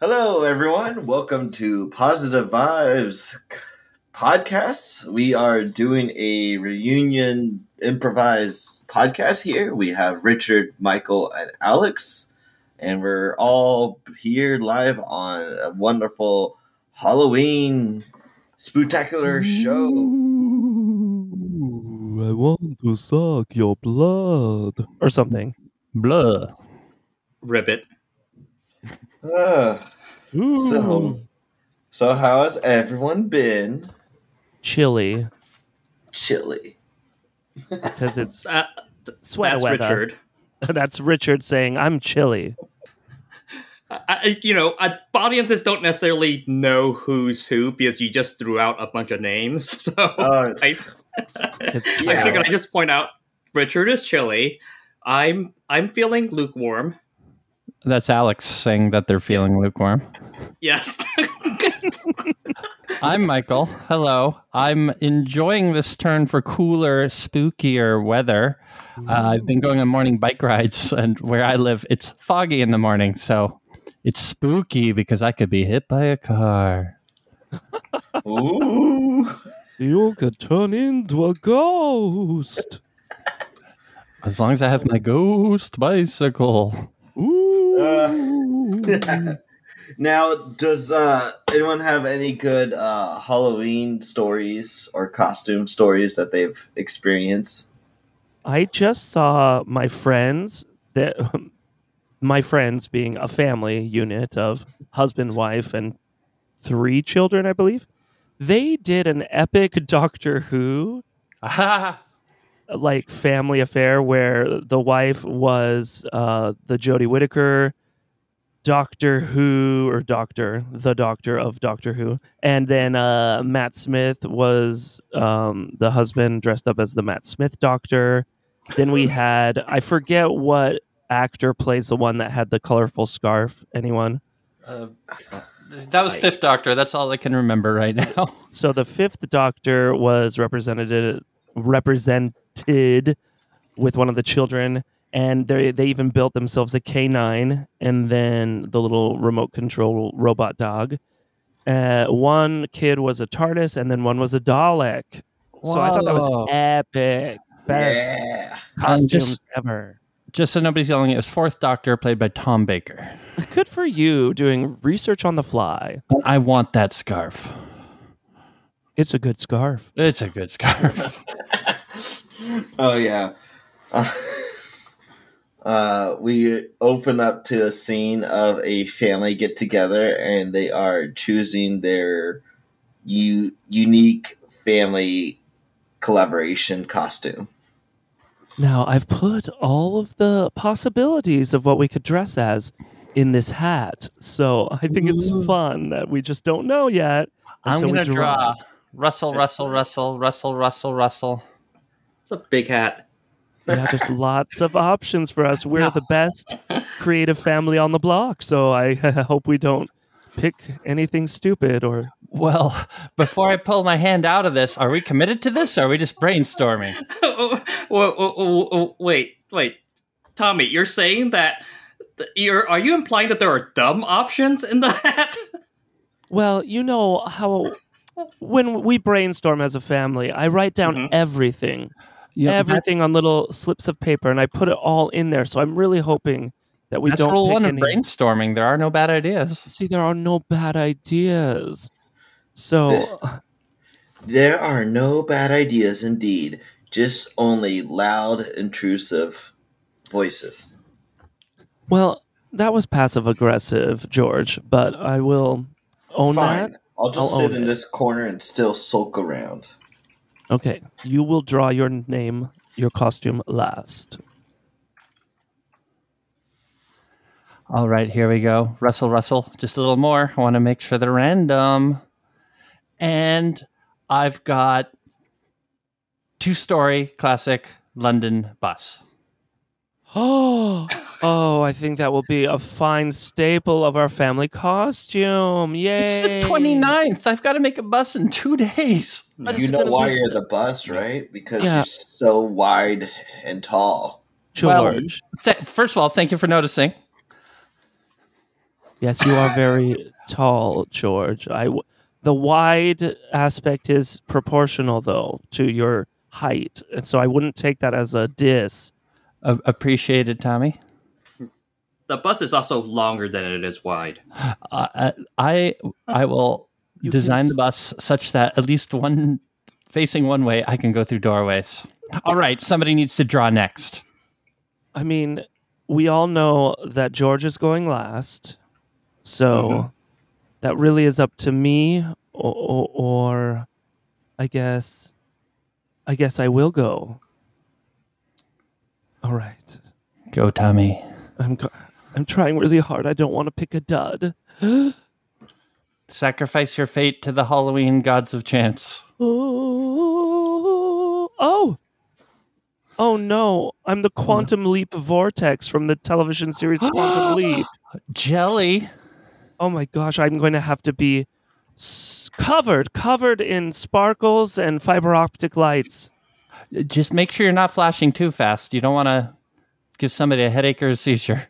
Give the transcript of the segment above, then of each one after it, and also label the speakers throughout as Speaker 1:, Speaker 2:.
Speaker 1: Hello, everyone. Welcome to Positive Vibes podcasts. We are doing a reunion improvised podcast here. We have Richard, Michael, and Alex, and we're all here live on a wonderful Halloween spectacular
Speaker 2: Mm-hmm.
Speaker 1: show.
Speaker 2: Ooh, I want to suck your blood or something.
Speaker 3: Blah.
Speaker 4: Ribbit.
Speaker 1: Ugh.
Speaker 2: Ooh,
Speaker 1: Ah, so, so how has everyone been?
Speaker 2: chilly
Speaker 1: Chilly.
Speaker 2: because it's
Speaker 4: Uh,
Speaker 2: sweat
Speaker 4: that's
Speaker 2: weather.
Speaker 4: Richard.
Speaker 2: That's Richard saying I'm chilly.
Speaker 4: I, I- you know, uh audiences don't necessarily know who's who because you just threw out a bunch of names. So
Speaker 2: Oh,
Speaker 1: Uh,
Speaker 4: I-
Speaker 2: It's
Speaker 4: I
Speaker 1: yeah.
Speaker 4: figured I just point out Richard is chilly. I'm I'm feeling lukewarm.
Speaker 3: That's Alex saying that they're feeling lukewarm.
Speaker 4: Yes.
Speaker 3: I'm Michael. Hello. I'm enjoying this turn for cooler, spookier weather. Uh, I've been going on morning bike rides, and where I live, it's foggy in the morning. So it's spooky because I could be hit by a car.
Speaker 1: Ooh.
Speaker 2: you could turn into a ghost.
Speaker 3: As long as I have my ghost bicycle.
Speaker 2: Ooh,
Speaker 1: Uh. Now, does uh, anyone have any good uh, Halloween stories or costume stories that they've experienced?
Speaker 2: I just saw my friends that my friends being a family unit of husband, wife, and three children, I believe. They did an epic Doctor Who
Speaker 3: Uh,
Speaker 2: like family affair where the wife was uh, the Jodie Whittaker Doctor Who or Doctor the Doctor of Doctor Who, and then uh, Matt Smith was um, the husband dressed up as the Matt Smith Doctor. Then we had I forget what actor plays the one that had the colorful scarf. Anyone?
Speaker 3: Uh, that was Fifth Doctor. That's all I can remember right now.
Speaker 2: So the fifth Doctor was represented represented with one of the children, and they they even built themselves a K nine and then the little remote control robot dog. Uh, one kid was a TARDIS, and then one was a Dalek. So I thought that
Speaker 3: Whoa.
Speaker 2: was epic, best
Speaker 1: Yeah.
Speaker 3: And
Speaker 2: costumes
Speaker 3: just-
Speaker 2: ever.
Speaker 3: Just so nobody's yelling, it was Fourth Doctor, played by Tom Baker.
Speaker 2: Good for you doing research on the fly.
Speaker 3: I want that scarf.
Speaker 2: It's a good scarf.
Speaker 3: It's a good scarf.
Speaker 1: oh, yeah. Uh, uh, we open up to a scene of a family get together and they are choosing their u- unique family collaboration costume.
Speaker 2: Now, I've put all of the possibilities of what we could dress as in this hat. So I think it's
Speaker 3: Ooh.
Speaker 2: fun that we just don't know yet.
Speaker 3: I'm
Speaker 2: until we
Speaker 3: gonna draw
Speaker 2: draw.
Speaker 3: Russell, Russell, Russell, Russell, Russell, Russell.
Speaker 4: it's a big hat.
Speaker 2: Yeah, there's lots of options for us. We're
Speaker 3: No.
Speaker 2: the best creative family on the block. So I hope we don't pick anything stupid or
Speaker 3: Well, before I pull my hand out of this, are we committed to this? Or are we just brainstorming?
Speaker 4: Whoa, whoa, whoa, whoa, oh, wait, wait. Tommy, you're saying that th- you're are you implying that there are dumb options in the hat?
Speaker 2: Well, you know how when we brainstorm as a family, I write down
Speaker 4: Mhm.
Speaker 2: everything,
Speaker 3: Eh,
Speaker 2: everything on little slips of paper, and I put it all in there. So I'm really hoping that we
Speaker 3: That's
Speaker 2: don't
Speaker 3: rule
Speaker 2: pick
Speaker 3: one of
Speaker 2: any.
Speaker 3: brainstorming. There are no bad ideas.
Speaker 2: See, there are no bad ideas. So
Speaker 1: There are no bad ideas indeed, just only loud, intrusive voices.
Speaker 2: Well, that was passive aggressive, George, but I will own
Speaker 1: Fine. I'll just
Speaker 2: I'll
Speaker 1: sit
Speaker 2: own
Speaker 1: in
Speaker 2: it.
Speaker 1: this corner and still sulk around.
Speaker 2: that. Okay. You will draw your name, your costume last.
Speaker 3: All right, here we go. Russell, Russell, just a little more. I want to make sure they're random. And I've got two story classic London bus.
Speaker 2: Oh, oh, I think that will be a fine staple of our family costume. Yay.
Speaker 3: It's the 29th. I've got to make a bus in two days.
Speaker 2: But
Speaker 1: you
Speaker 2: it's
Speaker 1: know
Speaker 2: gonna
Speaker 1: why
Speaker 2: be-
Speaker 1: you're the bus, right? Because
Speaker 2: Yeah.
Speaker 1: you're so wide and tall.
Speaker 2: George.
Speaker 3: Th- first of all, thank you for noticing.
Speaker 2: Yes, you are very tall, George. I w- the wide aspect is proportional though to your height, and so I wouldn't take that as a diss.
Speaker 3: A- appreciated, Tommy.
Speaker 4: The bus is also longer than it is wide.
Speaker 3: Uh, I I will
Speaker 2: You can
Speaker 3: design
Speaker 2: s-
Speaker 3: the bus such that at least one facing one way, I can go through doorways. All right, somebody needs to draw next.
Speaker 2: I mean, we all know that George is going last, so that really is up to me, or, or, or I guess, I guess I will go. All right,
Speaker 3: Go, Tommy.
Speaker 2: I'm go- I'm trying really hard. I don't want to pick a dud.
Speaker 3: Sacrifice your fate to the Halloween gods of chance.
Speaker 2: Oh, oh, oh no! I'm
Speaker 3: Oh,
Speaker 2: the quantum leap vortex from the television series Quantum Leap.
Speaker 3: Jelly.
Speaker 2: Oh my gosh! I'm going to have to be s- covered, covered in sparkles and fiber optic lights.
Speaker 3: Just make sure you're not flashing too fast. You don't want to give somebody a headache or a seizure.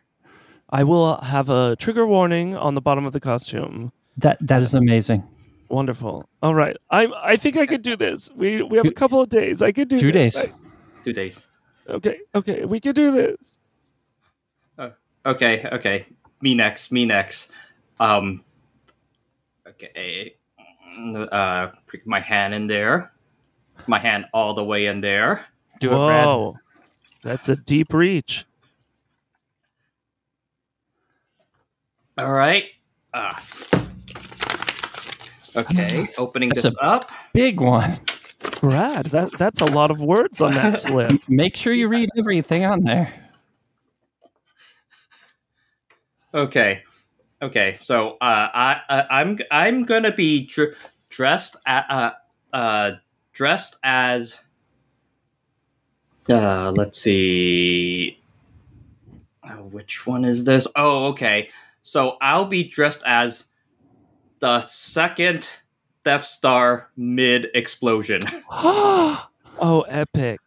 Speaker 2: I will have a trigger warning on the bottom of the costume.
Speaker 3: That that is amazing.
Speaker 2: Wonderful. All right, I I think I could do this. We we have a
Speaker 3: Two-
Speaker 2: couple of days. I could do
Speaker 3: Two
Speaker 2: this.
Speaker 3: days.
Speaker 2: I-
Speaker 4: Two days.
Speaker 2: okay, okay, we could do this.
Speaker 4: Okay, okay. Me next. Me next. Um. Okay. Uh, prick my hand in there. My hand all the way in there.
Speaker 3: Do it, Brad.
Speaker 2: Whoa, that's a deep reach.
Speaker 4: All right. Ah. Okay. Opening
Speaker 3: That's
Speaker 4: this up.
Speaker 3: Big one.
Speaker 2: Brad, that, that's a lot of words on that slip.
Speaker 3: Make sure you read everything on there.
Speaker 4: Okay. Okay. So uh, I, I I'm I'm gonna be dr- dressed at, uh, uh dressed as uh let's see uh, which one is this? Oh, okay. So I'll be dressed as the second Death Star mid explosion.
Speaker 2: Oh, epic.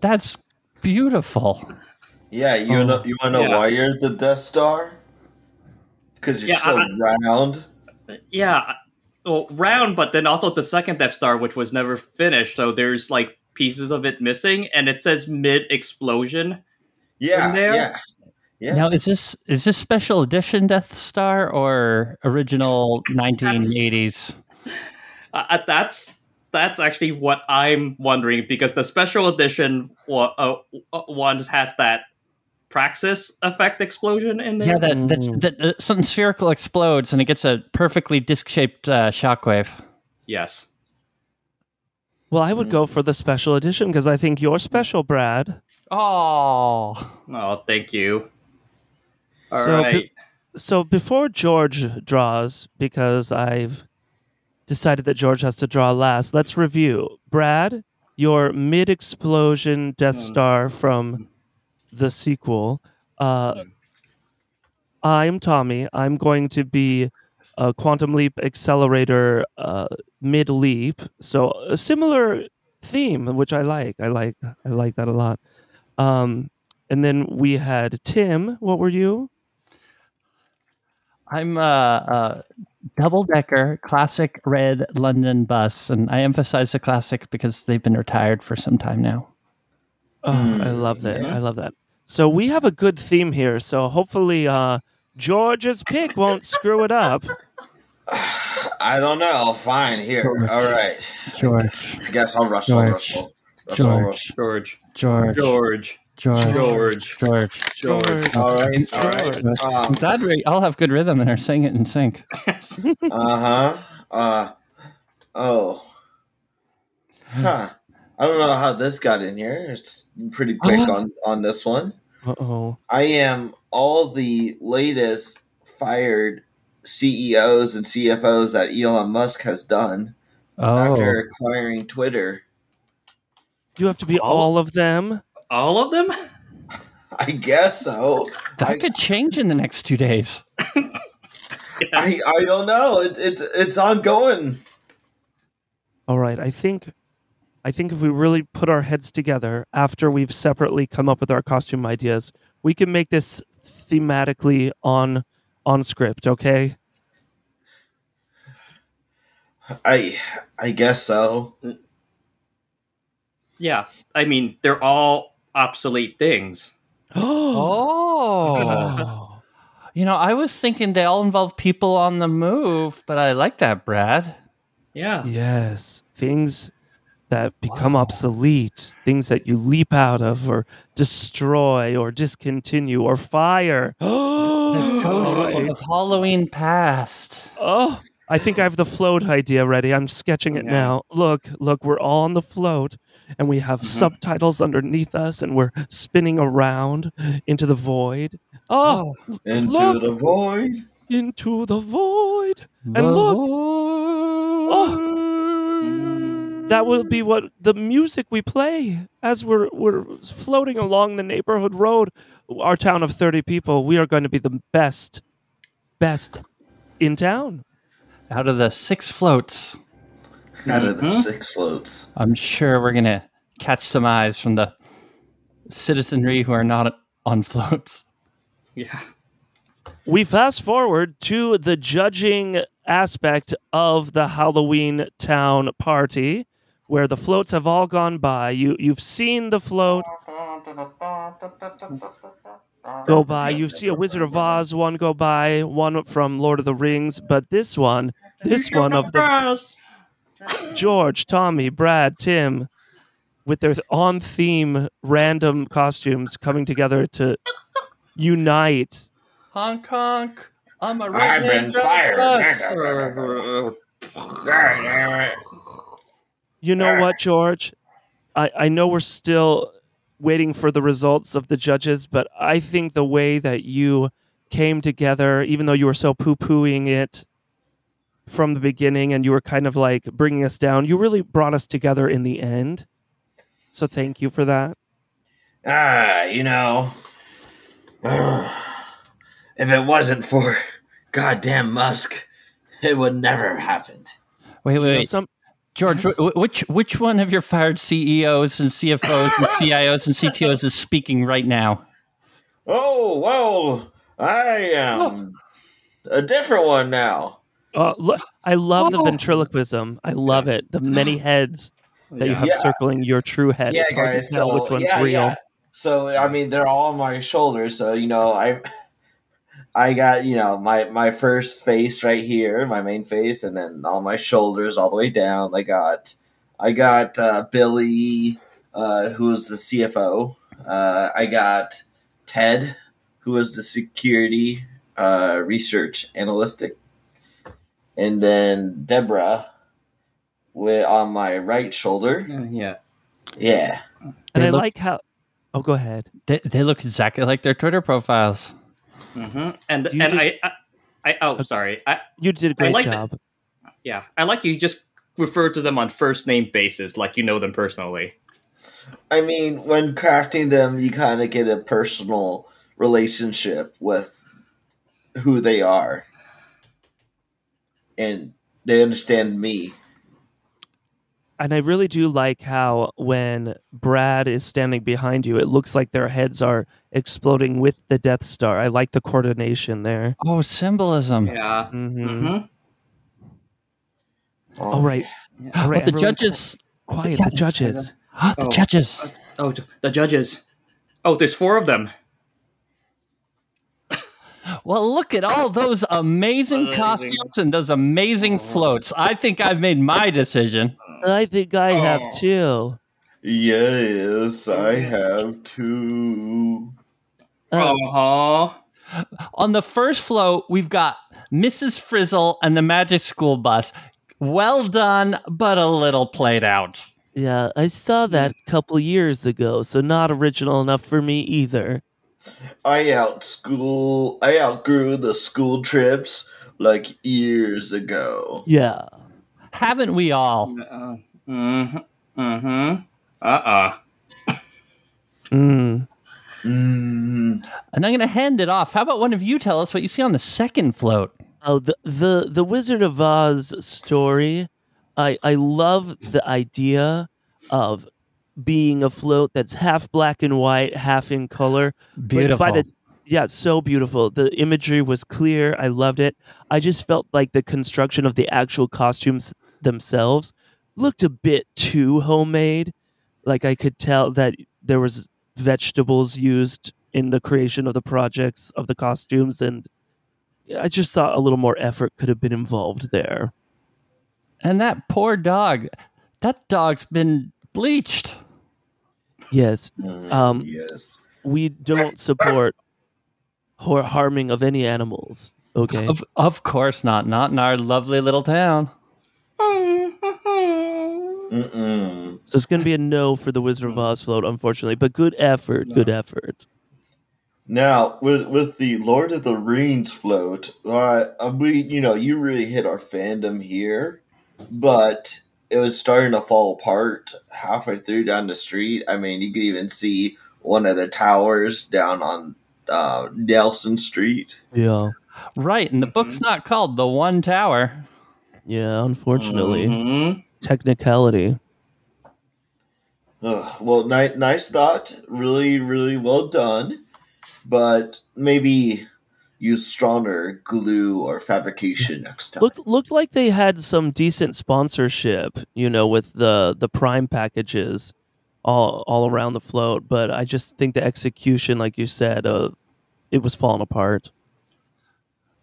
Speaker 3: That's beautiful.
Speaker 1: Yeah, you
Speaker 2: Oh.
Speaker 1: know you want to know
Speaker 4: Yeah.
Speaker 1: why you're the Death Star? Because you're
Speaker 4: Yeah,
Speaker 1: so
Speaker 4: I-
Speaker 1: round.
Speaker 4: yeah well round but then also the second death star which was never finished so there's like pieces of it missing and it says mid explosion
Speaker 1: Yeah,
Speaker 4: in there?
Speaker 1: yeah, yeah.
Speaker 3: Now is this is this special edition Death Star or original 1980s?
Speaker 4: uh, uh, that's that's actually what i'm wondering because the special edition wa- uh, uh, one has that praxis effect explosion in there
Speaker 3: Yeah, that
Speaker 2: Mm.
Speaker 3: that, that uh, something spherical explodes and it gets a perfectly disc shaped uh, shockwave.
Speaker 4: yes
Speaker 2: Well, I would go for the special edition because I think you're special, Brad.
Speaker 3: Oh,
Speaker 4: oh thank you All right.
Speaker 2: So, So before George draws, because I've decided that George has to draw last, let's review. Brad, your mid explosion Death
Speaker 4: Mm.
Speaker 2: Star from the sequel. Uh, I'm Tommy. I'm going to be a quantum leap accelerator uh, mid leap. So a similar theme, which I like. I like. I like that a lot. Um, and then we had Tim. What were you?
Speaker 3: I'm a, a double decker classic red London bus, and I emphasize the classic because they've been retired for some time now.
Speaker 2: Oh, I
Speaker 1: Mm,
Speaker 2: love that.
Speaker 1: yeah.
Speaker 2: I love that. So we have a good theme here. So hopefully, uh, George's pick won't screw it up.
Speaker 1: I don't know. Fine, here.
Speaker 3: George.
Speaker 1: All right.
Speaker 3: George,
Speaker 1: I guess I'll rush. I'll
Speaker 3: George.
Speaker 1: rush. I'll- I'll rush.
Speaker 3: George,
Speaker 4: george
Speaker 3: George, George,
Speaker 4: george
Speaker 3: George,
Speaker 4: george
Speaker 3: George.
Speaker 4: george
Speaker 1: All right. All right.
Speaker 3: George. I'm
Speaker 1: Um,
Speaker 3: glad we all have good rhythm and are saying it in sync.
Speaker 1: uh huh. Uh oh. Huh. I don't know how this got in here. It's pretty quick
Speaker 3: Uh-huh.
Speaker 1: on on this one.
Speaker 2: Uh oh.
Speaker 1: I am all the latest fired CEOs and CFOs that Elon Musk has done
Speaker 3: Oh,
Speaker 1: after acquiring Twitter.
Speaker 2: You have to be all of them.
Speaker 4: all of them
Speaker 1: I guess so. I-
Speaker 3: that could change in the next two days.
Speaker 1: I, I don't know. It, it's it's ongoing.
Speaker 2: All right. I think, I think if we really put our heads together after we've separately come up with our costume ideas, we can make this thematically on on script, okay?
Speaker 1: I I guess so.
Speaker 4: Yeah, I mean they're all obsolete things.
Speaker 3: Oh. you know, I was thinking they all involve people on the move, but I like that, Brad.
Speaker 4: Yeah,
Speaker 2: Yes, things that become obsolete, things that you leap out of or destroy or discontinue or fire.
Speaker 3: The ghosts
Speaker 2: oh,
Speaker 3: of Halloween past.
Speaker 2: oh, I think I have the float idea ready. I'm sketching it
Speaker 4: Yeah.
Speaker 2: now. Look, look, we're all on the float and we have
Speaker 4: Mhm.
Speaker 2: subtitles underneath us and we're spinning around into the void. Oh,
Speaker 1: Into
Speaker 2: Look.
Speaker 1: the void.
Speaker 2: into the void. And look. Oh. That will be what the music we play as we're we're floating along the neighborhood road. Our town of thirty people. We are going to be the best, best in town.
Speaker 3: out of the six floats,
Speaker 1: Out of the
Speaker 4: Mhm.
Speaker 1: six floats.
Speaker 3: I'm sure we're gonna catch some eyes from the citizenry who are not on floats.
Speaker 4: yeah.
Speaker 2: We fast forward to the judging aspect of the Halloween town party, where the floats have all gone by. You you've seen the float go by. You see a Wizard of Oz one go by, one from Lord of the Rings, but this one, this one of the George, Tommy, Brad, Tim, with their on theme random costumes coming together to unite.
Speaker 3: Honk honk. I'm a
Speaker 1: I've been fired.
Speaker 2: You know what, George? I, I know we're still waiting for the results of the judges, but I think the way that you came together, even though you were so poo pooing it from the beginning and you were kind of like bringing us down, you really brought us together in the end. So thank you for that.
Speaker 1: Ah, you know. if it wasn't for goddamn Musk, it would never have happened.
Speaker 3: Wait, wait,
Speaker 2: You know,
Speaker 3: wait.
Speaker 2: some,
Speaker 3: George, wh- wh- which which one of your fired CEOs and CFOs and CIOs and CTOs is speaking right now?
Speaker 1: Oh, well, I am a different one now.
Speaker 2: uh, lo- I love the
Speaker 3: Oh.
Speaker 2: ventriloquism. I love it. The many heads that you have
Speaker 1: Yeah.
Speaker 2: circling your true head. it's hard to tell which one's
Speaker 1: yeah,
Speaker 2: real.
Speaker 1: yeah. So I mean, they're all on my shoulders. So you know, I, I got you know my my first face right here, my main face, and then all my shoulders all the way down. I got, I got uh, Billy, uh, who was the CFO. Uh, I got Ted, who was the security uh, research analytic, and then Deborah, with on my right shoulder.
Speaker 4: Uh, Yeah.
Speaker 1: Yeah.
Speaker 2: And
Speaker 3: They
Speaker 2: I
Speaker 3: look-
Speaker 2: like how. Oh, go ahead.
Speaker 3: They, they look exactly like their Twitter profiles.
Speaker 4: hmm And
Speaker 2: You
Speaker 4: and
Speaker 2: did-
Speaker 4: I, I, I oh sorry, I
Speaker 2: You did a great
Speaker 4: like that-
Speaker 2: job.
Speaker 4: yeah, I like you just refer to them on first name basis, like you know them personally.
Speaker 1: I mean, when crafting them, you kind of get a personal relationship with who they are, and they understand me.
Speaker 2: And I really do like how when Brad is standing behind you, it looks like their heads are exploding with the Death Star. I like the coordination there.
Speaker 3: Oh, symbolism.
Speaker 4: Yeah.
Speaker 2: Mhm.
Speaker 4: Mhm.
Speaker 2: All Oh, right.
Speaker 3: But
Speaker 2: All right,
Speaker 3: the
Speaker 2: everyone
Speaker 3: judges.
Speaker 2: Quiet,
Speaker 3: Oh, Yeah,
Speaker 2: the judges.
Speaker 3: Ah, the
Speaker 4: Oh.
Speaker 3: judges.
Speaker 4: Oh, th- the judges. Oh, there's four of them.
Speaker 3: Well, look at all those amazing
Speaker 4: Amazing.
Speaker 3: costumes and those amazing floats. I think I've made my decision.
Speaker 2: I think I have
Speaker 4: Oh.
Speaker 2: too.
Speaker 1: Yes, I have two.
Speaker 2: Oh.
Speaker 4: Uh-huh.
Speaker 3: On the first float, we've got Mrs. Frizzle and the Magic School Bus. Well done, but a little played out.
Speaker 2: Yeah, I saw that a couple years ago, so not original enough for me either.
Speaker 1: I out school. I outgrew the school trips like years ago.
Speaker 2: Yeah.
Speaker 3: Haven't we all?
Speaker 4: Uh, mhm. Mhm. Uh-uh.
Speaker 2: Mm.
Speaker 1: Mm,
Speaker 3: And I'm going to hand it off. How about one of you tell us what you see on the second float?
Speaker 2: Oh, the, the the Wizard of Oz story. I I love the idea of being a float that's half black and white, half in color. But
Speaker 3: Beautiful.
Speaker 2: By the, yeah, so beautiful. The imagery was clear. I loved it. I just felt like the construction of the actual costumes themselves looked a bit too homemade. Like I could tell that there was vegetables used in the creation of the projects of the costumes and I just thought a little more effort could have been involved there.
Speaker 3: And that poor dog, that dog's been bleached.
Speaker 2: Yes.
Speaker 1: Mm,
Speaker 2: Um,
Speaker 1: yes.
Speaker 2: we don't support or harming of any animals. Okay.
Speaker 3: Of, of course not. Not in our lovely little town.
Speaker 1: Mm-mm.
Speaker 2: So it's going to be a no for the Wizard of Oz float, unfortunately. But good effort. Good effort.
Speaker 1: Now with with the Lord of the Rings float, uh, we you know you really hit our fandom here, but it was starting to fall apart halfway through down the street. I mean, you could even see one of the towers down on uh, Nelson Street.
Speaker 2: Yeah.
Speaker 3: Right. And the
Speaker 2: Mm-hmm.
Speaker 3: book's not called The One Tower.
Speaker 2: Yeah. Unfortunately,
Speaker 4: Mhm.
Speaker 2: technicality.
Speaker 1: Ugh, well, ni- nice thought. Really, really well done. But maybe use stronger glue or fabrication next time.
Speaker 2: Looked looked like they had some decent sponsorship, you know, with the the Prime packages all all around the float. But I just think the execution, like you said, uh, it was falling apart.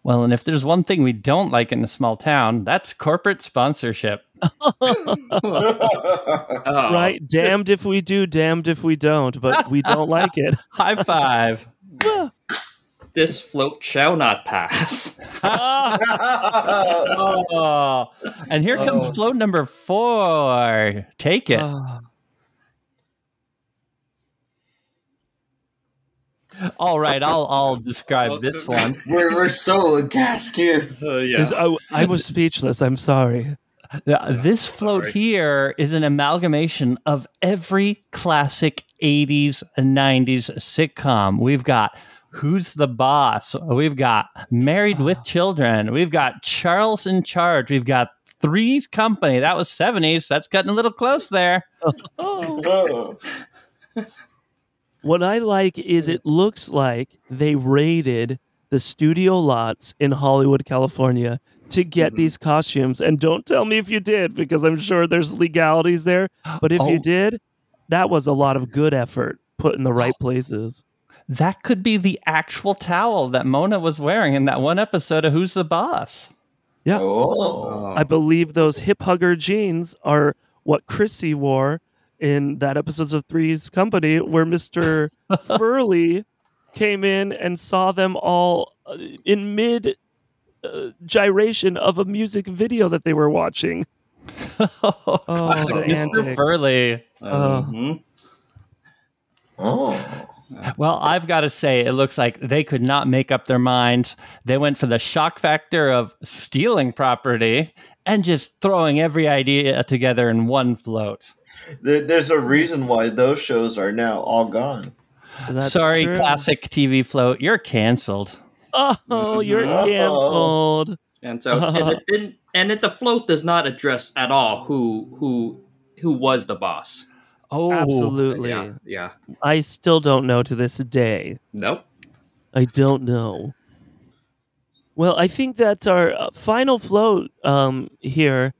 Speaker 3: Well, and if there's one thing we don't like in a small town, that's corporate sponsorship.
Speaker 4: Oh,
Speaker 2: right? Damned if we do, damned if we don't. But we don't like it.
Speaker 3: High five.
Speaker 4: This float shall not pass.
Speaker 3: Oh, and here
Speaker 2: Oh.
Speaker 3: comes float number four. Take it.
Speaker 2: Ah.
Speaker 3: All right, I'll I'll describe this one.
Speaker 1: we're, we're so aghast here.
Speaker 4: Uh, yeah.
Speaker 2: Is- I, I was speechless. I'm sorry.
Speaker 3: Uh, This float
Speaker 4: sorry.
Speaker 3: here is an amalgamation of every classic 80s and 90s sitcom. We've got Who's the Boss? We've got Married with Children. We've got Charles in Charge. We've got Three's Company. That was 70s. That's getting a little close there.
Speaker 1: Oh.
Speaker 2: What I like is it looks like they raided the studio lots in Hollywood, California to get these costumes. And don't tell me if you did, because I'm sure there's legalities there. But if you
Speaker 3: Oh.
Speaker 2: did, that was a lot of good effort put in the right places.
Speaker 3: That could be the actual towel that Mona was wearing in that one episode of Who's the Boss?
Speaker 1: Oh.
Speaker 2: I believe those hip hugger jeans are what Chrissy wore in that episode of Three's Company, where Mr. Furley came in and saw them all uh, in mid uh, gyration of a music video that they were watching.
Speaker 3: Oh,
Speaker 2: Oh, the
Speaker 3: Mr.
Speaker 2: antics.
Speaker 3: Furley.
Speaker 2: uh,
Speaker 4: Mhm.
Speaker 3: Well, I've got to say, it looks like they could not make up their minds. They went for the shock factor of stealing property and just throwing every idea together in one float.
Speaker 1: There, there's a reason why those shows are now all gone.
Speaker 2: That's
Speaker 3: Sorry,
Speaker 2: true.
Speaker 3: classic TV float, you're canceled.
Speaker 2: Oh, you're
Speaker 1: Uh-oh.
Speaker 2: canceled.
Speaker 4: And so, and it didn't, and it, the float does not address at all who who who was the boss.
Speaker 3: Oh,
Speaker 2: Absolutely.
Speaker 4: Yeah, yeah.
Speaker 2: I still don't know to this day.
Speaker 4: Nope.
Speaker 2: I don't know. Well, I think that's our uh, final float um, here.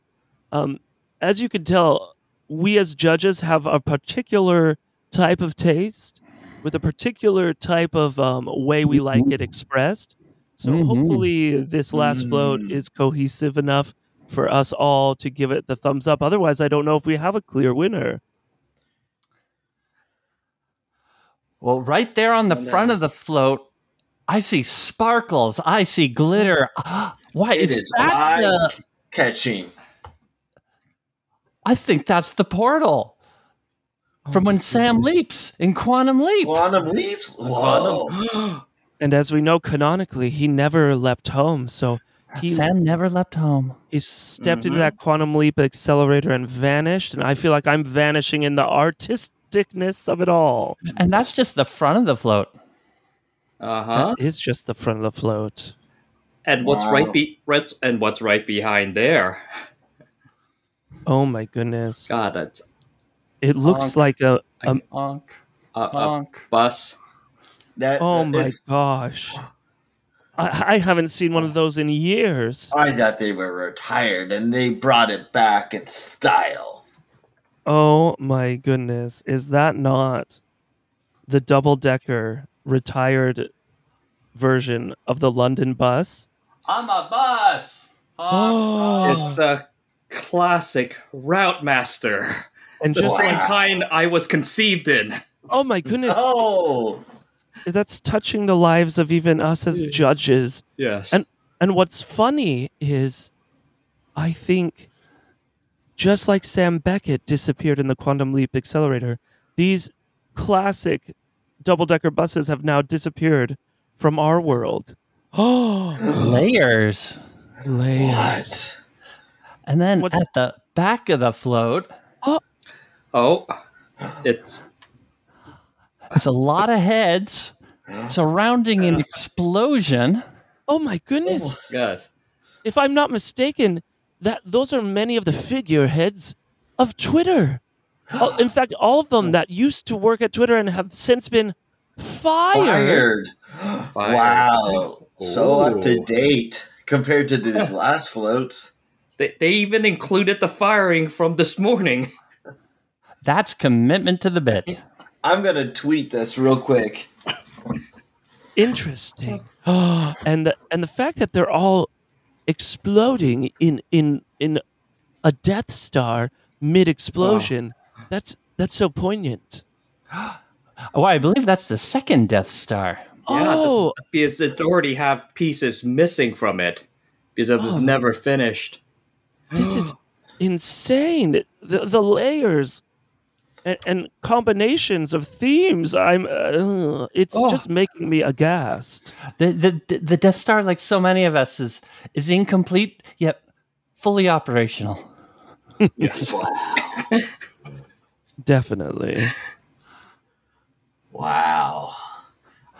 Speaker 2: Um, as you can tell, we as judges have a particular type of taste with a particular type of um, way we like it expressed. So
Speaker 3: Mhm.
Speaker 2: hopefully, this last float
Speaker 1: Mm.
Speaker 2: is cohesive enough for us all to give it the thumbs up. Otherwise, I don't know if we have a clear winner.
Speaker 3: Well, right there on the
Speaker 4: And, uh,
Speaker 3: front of the float, I see sparkles. I see glitter. Why
Speaker 1: Mm-hmm. It
Speaker 3: is
Speaker 1: is
Speaker 3: that? The,
Speaker 1: eye-catching.
Speaker 3: I think that's the portal
Speaker 1: Oh
Speaker 3: from when Sam leaps in Quantum Leap.
Speaker 1: Quantum leaps. Whoa.
Speaker 2: And as we know canonically, he never left home. So he
Speaker 3: Sam never left home.
Speaker 2: He stepped into that quantum leap accelerator and vanished, and I feel like I'm vanishing in the artisticness of it all.
Speaker 3: And that's just the front of the float.
Speaker 4: Uh huh.
Speaker 2: It's just the front of the float.
Speaker 4: And what's
Speaker 1: Wow.
Speaker 4: right be right, and what's right behind there?
Speaker 2: Oh my goodness!
Speaker 4: God, it's
Speaker 2: It looks
Speaker 3: Honk.
Speaker 2: like a, a
Speaker 3: Onk,
Speaker 4: a, a
Speaker 3: onk.
Speaker 4: bus.
Speaker 1: That
Speaker 2: Oh
Speaker 1: that-
Speaker 2: my
Speaker 1: it's-
Speaker 2: gosh. I, I haven't seen one of those in years.
Speaker 1: I thought they were retired, and they brought it back in style.
Speaker 2: Oh my goodness. Is that not the double decker retired version of the London bus?
Speaker 3: I'm a bus. um,
Speaker 4: It's a classic route master.
Speaker 2: And
Speaker 4: The
Speaker 2: just
Speaker 1: Wow.
Speaker 4: same
Speaker 2: like,
Speaker 4: kind I was conceived in.
Speaker 2: oh my goodness,
Speaker 1: Oh,
Speaker 2: that's touching the lives of even us as
Speaker 4: Yeah.
Speaker 2: judges.
Speaker 4: Yes.
Speaker 2: And- And what's funny is, I think, just like Sam Beckett disappeared in the Quantum Leap Accelerator, these classic double decker buses have now disappeared from our world. Oh,
Speaker 3: layers.
Speaker 2: Leia.
Speaker 1: what?
Speaker 3: And then
Speaker 2: What's-
Speaker 3: at the back of the float,
Speaker 4: oh, it's
Speaker 3: it's a lot of heads surrounding an explosion.
Speaker 2: Oh my goodness.
Speaker 4: yes.
Speaker 2: If I'm not mistaken, that those are many of the figureheads of Twitter. Oh, in fact, all of them that used to work at Twitter and have since been fired.
Speaker 1: Fired. Wow. So up to
Speaker 4: Ooh.
Speaker 1: date compared to these last floats.
Speaker 4: They, they even included the firing from this morning.
Speaker 3: That's commitment to the bit.
Speaker 1: I'm gonna tweet this real quick.
Speaker 2: Interesting.
Speaker 4: Oh.
Speaker 2: and the, and the fact that they're all exploding in in in a Death Star mid explosion. That's that's so poignant.
Speaker 3: Oh, I believe that's the second Death Star.
Speaker 2: oh,
Speaker 4: Yeah, this, because it already have pieces missing from it because it was
Speaker 2: Oh.
Speaker 4: never finished.
Speaker 2: this is insane the, the layers and, and combinations of themes i'm uh, it's
Speaker 3: Oh.
Speaker 2: just making me aghast
Speaker 3: The, the the- the Death Star, like so many of us, is is incomplete yet fully operational.
Speaker 4: Yes.
Speaker 2: definitely
Speaker 1: Wow.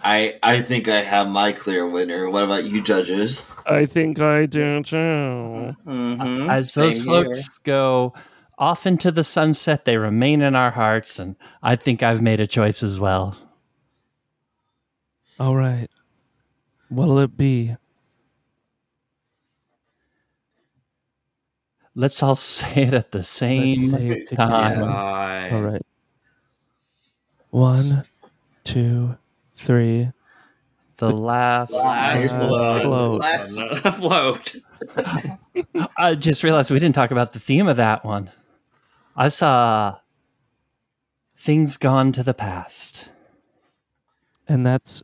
Speaker 1: I I think I have my clear winner. What about you judges?
Speaker 2: i think i do too
Speaker 4: Mhm.
Speaker 3: As those
Speaker 1: Same
Speaker 3: floats go off into the sunset, they remain in our hearts, and I think I've made a choice as well.
Speaker 2: all right what'll it be
Speaker 3: Let's all say it at the
Speaker 2: Let's
Speaker 3: same
Speaker 2: say it
Speaker 3: time.
Speaker 2: together.
Speaker 4: Right.
Speaker 2: all right one two three
Speaker 3: The last.
Speaker 4: Last
Speaker 2: Last
Speaker 4: float.
Speaker 2: float.
Speaker 1: Last-
Speaker 4: float.
Speaker 3: I just realized we didn't talk about the theme of that one. I saw things gone to the past.
Speaker 2: and that's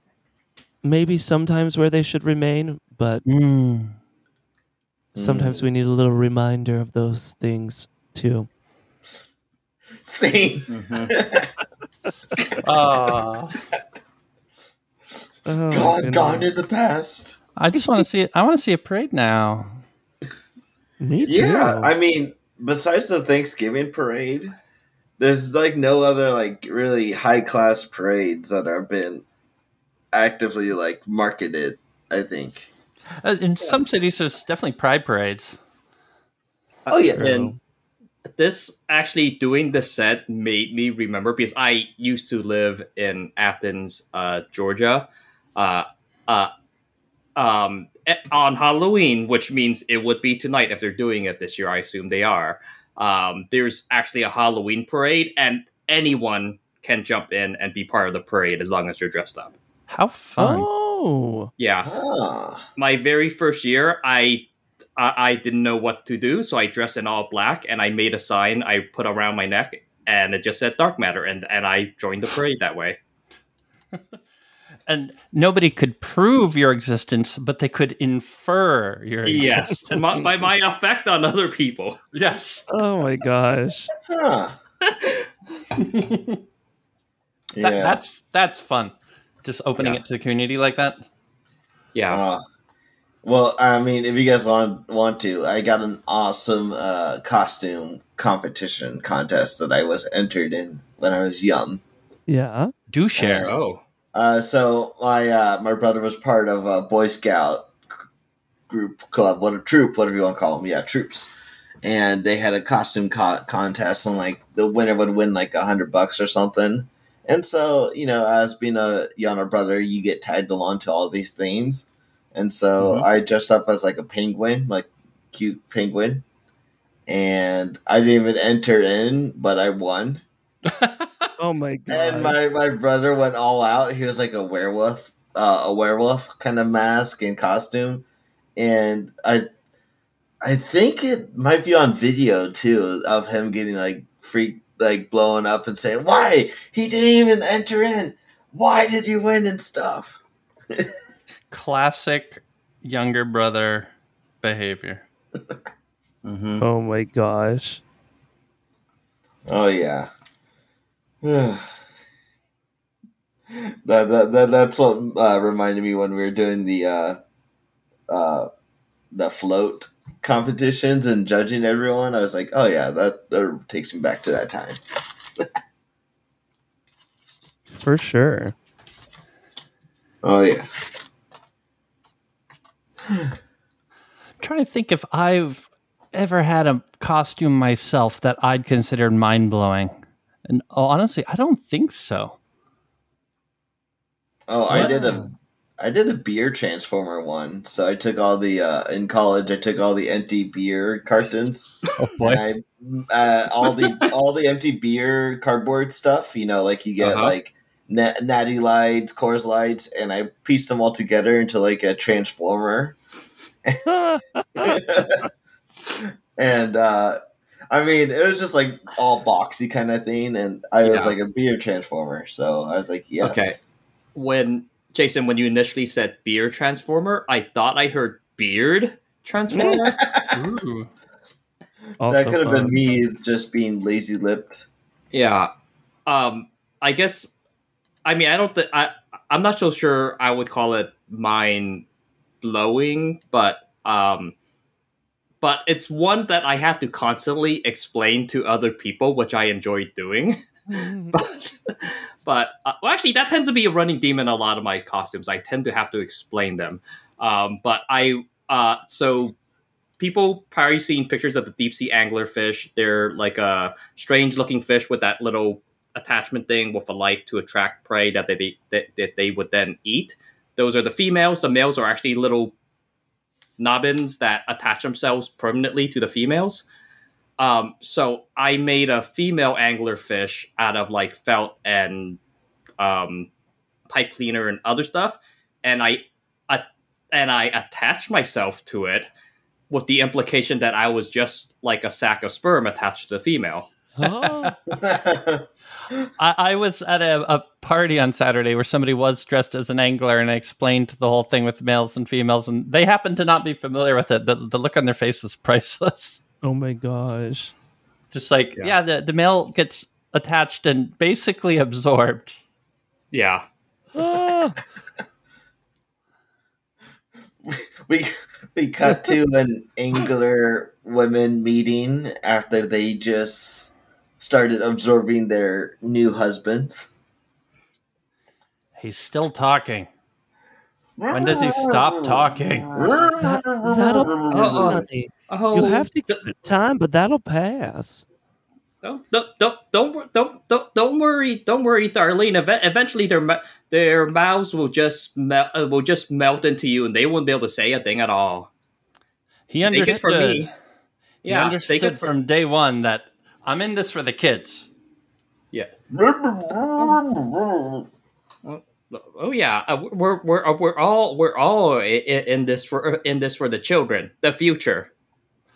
Speaker 2: maybe sometimes where they should remain but
Speaker 3: Mm.
Speaker 1: Mm.
Speaker 2: sometimes we need a little reminder of those things too
Speaker 1: Same.
Speaker 4: Mhm.
Speaker 3: Oh,
Speaker 2: Oh,
Speaker 1: gone,
Speaker 2: goodness.
Speaker 1: gone in the past.
Speaker 3: I just want to see. I want to see a parade now.
Speaker 2: Me too.
Speaker 1: Yeah, I mean, besides the Thanksgiving parade, there's like no other like really high class parades that have been actively like marketed. I think.
Speaker 3: Uh, in some cities, there's definitely pride parades.
Speaker 1: Oh yeah,
Speaker 2: True.
Speaker 4: Uh, And this actually doing the set made me remember because I used to live in Athens, uh, Georgia. Uh, uh, um, eh, on Halloween, which means it would be tonight if they're doing it this year. I assume they are. Um, there's actually a Halloween parade, and anyone can jump in and be part of the parade as long as you're dressed up.
Speaker 3: How fun!
Speaker 2: Oh,
Speaker 4: Yeah,
Speaker 1: Ah,
Speaker 4: my very first year, I, I I didn't know what to do, so I dressed in all black and I made a sign I put around my neck, and it just said "Dark Matter," and and I joined the parade that way.
Speaker 3: And nobody could prove your existence, but they could infer your existence.
Speaker 4: Yes, my, by my effect on other people.
Speaker 3: yes.
Speaker 2: oh my gosh.
Speaker 1: huh. yeah.
Speaker 3: That, That's that's fun. Just opening
Speaker 4: Yeah.
Speaker 3: it to the community like that.
Speaker 4: Yeah.
Speaker 1: Ah. well, I mean, if you guys want want to, I got an awesome uh, costume competition contest that I was entered in when I was young.
Speaker 2: Yeah.
Speaker 3: Do share.
Speaker 4: oh.
Speaker 1: Uh, so my uh, my brother was part of a Boy Scout g- group club, what a troop, whatever you want to call them. Yeah, troops. And they had a costume co- contest, and like the winner would win like a hundred bucks or something. And so, you know, as being a Yana brother, you get tagged along to all these things. And so I dressed up as like a penguin, like cute penguin. And I didn't even enter in, but I won.
Speaker 2: Oh my
Speaker 1: And
Speaker 2: god.
Speaker 1: my, my brother went all out. He was like a werewolf, uh, a werewolf kind of mask and costume. And I I think it might be on video too of him getting like freak like blowing up and saying, Why? He didn't even enter in. Why did you win and stuff?
Speaker 3: Classic younger brother behavior.
Speaker 4: Mm-hmm.
Speaker 2: Oh my gosh.
Speaker 1: Oh yeah. that, that, that that's what uh, reminded me when we were doing the uh, uh, the float competitions and judging everyone. I was like, oh yeah, that, that takes me back to that time.
Speaker 2: For sure.
Speaker 1: Oh yeah.
Speaker 3: I'm trying to think if I've ever had a costume myself that I'd considered mind blowing. And oh, honestly, I don't think so.
Speaker 1: Oh, I did a I did a beer transformer one. So I took all the uh, in college. I took all the empty beer cartons.
Speaker 3: Oh
Speaker 1: And I, uh, all the all the empty beer cardboard stuff, you know, like you get
Speaker 4: Uh-huh.
Speaker 1: like na- natty lights, Coors lights, and I pieced them all together into like a transformer. and uh, I mean, it was just like all boxy kind of thing, and I was
Speaker 4: Yeah.
Speaker 1: like a beer transformer, so I was like, yes,
Speaker 4: Okay. When Jason, when you initially said beer transformer, I thought I heard beard transformer.
Speaker 3: Ooh.
Speaker 2: Also
Speaker 1: that could have
Speaker 2: fun.
Speaker 1: been me just being lazy lipped.
Speaker 4: yeah. Um. I guess. I mean, I don't. Th- I. I'm not so sure. I would call it mind blowing, but um, but it's one that I have to constantly explain to other people, which I enjoy doing.
Speaker 3: Hmm.
Speaker 4: but but uh, well, actually, that tends to be a running theme in a lot of my costumes. I tend to have to explain them. Um, but I uh, so people probably seen pictures of the deep sea angler fish. They're like a strange looking fish with that little attachment thing with a light to attract prey that they that, that they would then eat. Those are the females. The males are actually little nobbins that attach themselves permanently to the females. Um, so I made a female anglerfish out of like felt and um, pipe cleaner and other stuff, and I uh, and I attached myself to it with the implication that I was just like a sack of sperm attached to the female.
Speaker 2: Oh,
Speaker 3: I, I was at a, a party on Saturday where somebody was dressed as an angler, and I explained the whole thing with males and females, and they happened to not be familiar with it. The, the look on their face was priceless.
Speaker 2: oh my gosh.
Speaker 3: Just like,
Speaker 4: Yeah.
Speaker 3: yeah, the, the male gets attached and basically absorbed.
Speaker 4: Yeah,
Speaker 2: Ah,
Speaker 1: we we cut to an angular women meeting after they just started absorbing their new husbands.
Speaker 3: He's still talking. When does he stop talking?
Speaker 2: Ah. that, that'll
Speaker 1: Ah.
Speaker 4: Uh-uh.
Speaker 2: funny.
Speaker 4: oh,
Speaker 2: You'll have to
Speaker 4: d-
Speaker 2: give it time, but that'll pass.
Speaker 4: don't don't don't don't wor- don't don't, don't worry don't worry darlene Eve- eventually their mou- their mouths will just mel- uh, will just melt into you and they won't be able to say a thing at all
Speaker 3: He
Speaker 4: Take it
Speaker 3: understood.
Speaker 4: from me.
Speaker 3: he
Speaker 4: yeah
Speaker 3: understood
Speaker 4: take it from
Speaker 3: from day one that I'm in this for the kids.
Speaker 4: yeah oh yeah uh, we're we're uh, we're all we're all i- i- in this for uh, in this for the children the future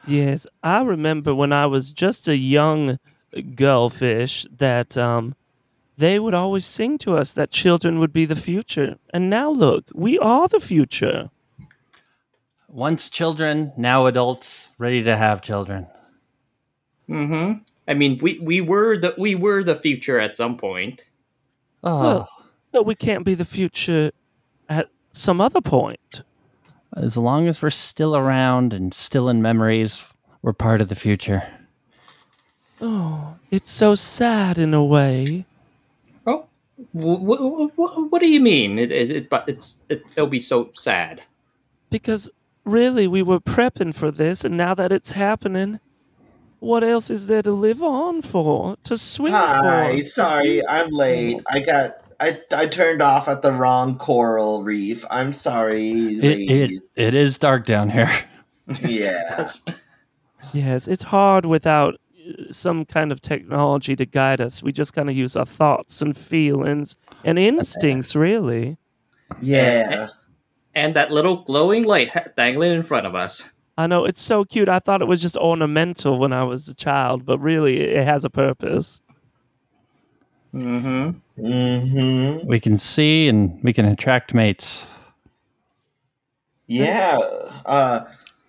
Speaker 2: Yes, I remember when I was just a young girlfish that um, they would always sing to us that children would be the future. And now look, we are the future.
Speaker 3: Once children, now adults, ready to have children.
Speaker 4: mm-hmm i mean we we were the we were the future at some point
Speaker 3: Oh.
Speaker 2: Well- But we can't be the future at some other point.
Speaker 3: As long as we're still around and still in memories, we're part of the future.
Speaker 2: Oh, it's so sad in a way.
Speaker 4: oh wh- wh- wh- what do you mean it, it, it but it's it, it'll be so sad
Speaker 2: because really we were prepping for this and now that it's happening What else is there to live on for? To swim
Speaker 1: Hi,
Speaker 2: for?
Speaker 1: sorry, I'm late. I got I I turned off at the wrong coral reef. I'm sorry,
Speaker 3: It, it,
Speaker 1: ladies.
Speaker 3: it is dark down here.
Speaker 1: yeah.
Speaker 2: Yes, it's hard without uh, some kind of technology to guide us. We just kind of use our thoughts and feelings and instincts, really.
Speaker 1: Yeah.
Speaker 4: and that little glowing light ha- dangling in front of us.
Speaker 2: I know it's so cute. I thought it was just ornamental when I was a child, but really it has a purpose.
Speaker 4: Mm-hmm.
Speaker 1: Mhm.
Speaker 3: We can see and we can attract mates.
Speaker 1: Yeah. Uh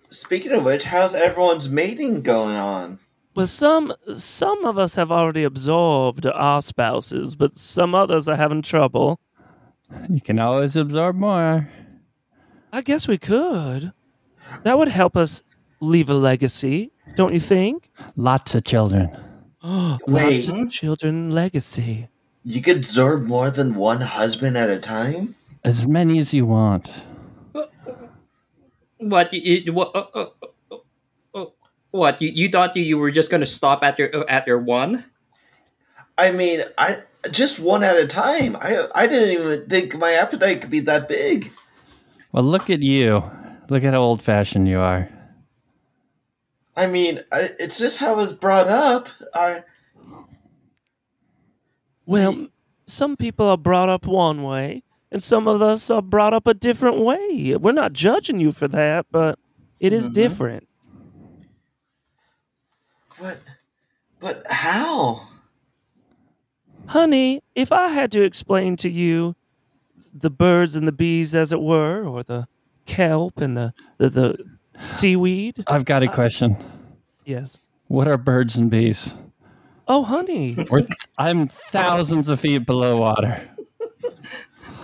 Speaker 1: speaking of which, how's everyone's mating going on?
Speaker 2: Well, some some of us have already absorbed our spouses, but some others are having trouble.
Speaker 3: You can always absorb more.
Speaker 2: I guess we could. That would help us leave a legacy, don't you think?
Speaker 3: Lots of children.
Speaker 1: Wait.
Speaker 2: Lots of children legacy.
Speaker 1: You could absorb more than one husband at a time?
Speaker 3: As many as you want.
Speaker 4: What you, you what, uh, uh, uh, uh, what you, you thought you, you were just gonna stop at your uh, at your one?
Speaker 1: I mean, I just one at a time. I I didn't even think my appetite could be that big.
Speaker 3: Well, look at you. Look at how old fashioned you are.
Speaker 1: I mean, I, it's just how I was brought up. I
Speaker 2: Well, some people are brought up one way, and some of us are brought up a different way. We're not judging you for that, but it is different.
Speaker 1: what but how?
Speaker 2: Honey, if I had to explain to you the birds and the bees, as it were, or the kelp and the, the, the seaweed,
Speaker 3: I've got a question.
Speaker 2: yes.
Speaker 3: What are birds and bees?
Speaker 2: Oh, honey.
Speaker 3: We're, I'm thousands of feet below water.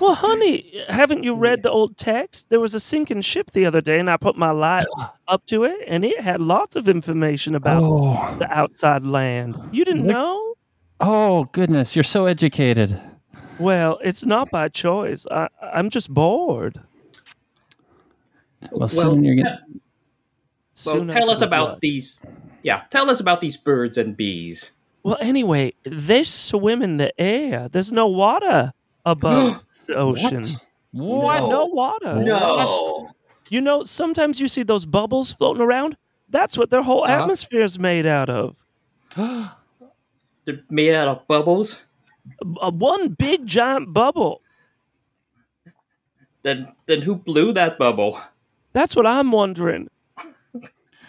Speaker 2: Well, honey, haven't you read the old text? There was a sinking ship the other day, and I put my light up to it, and it had lots of information about
Speaker 3: Oh,
Speaker 2: the outside land. You didn't
Speaker 3: Look-
Speaker 2: know?
Speaker 3: oh goodness, you're so educated.
Speaker 2: Well, it's not by choice. I, I'm just bored.
Speaker 3: Well, soon you're gonna.
Speaker 4: Well,
Speaker 2: Soon
Speaker 4: tell
Speaker 2: after
Speaker 4: us
Speaker 2: the
Speaker 4: about
Speaker 2: flood.
Speaker 4: these. Yeah, tell us about these birds and bees.
Speaker 2: Well, anyway, they swim in the air. There's no water above the ocean.
Speaker 1: What?
Speaker 2: No water.
Speaker 1: No.
Speaker 2: You know, sometimes you see those bubbles floating around. That's what their whole
Speaker 3: Uh-huh.
Speaker 2: atmosphere's made out of.
Speaker 4: They're made out of bubbles.
Speaker 2: A, one big giant bubble.
Speaker 4: Then then who blew that bubble?
Speaker 2: That's what I'm wondering.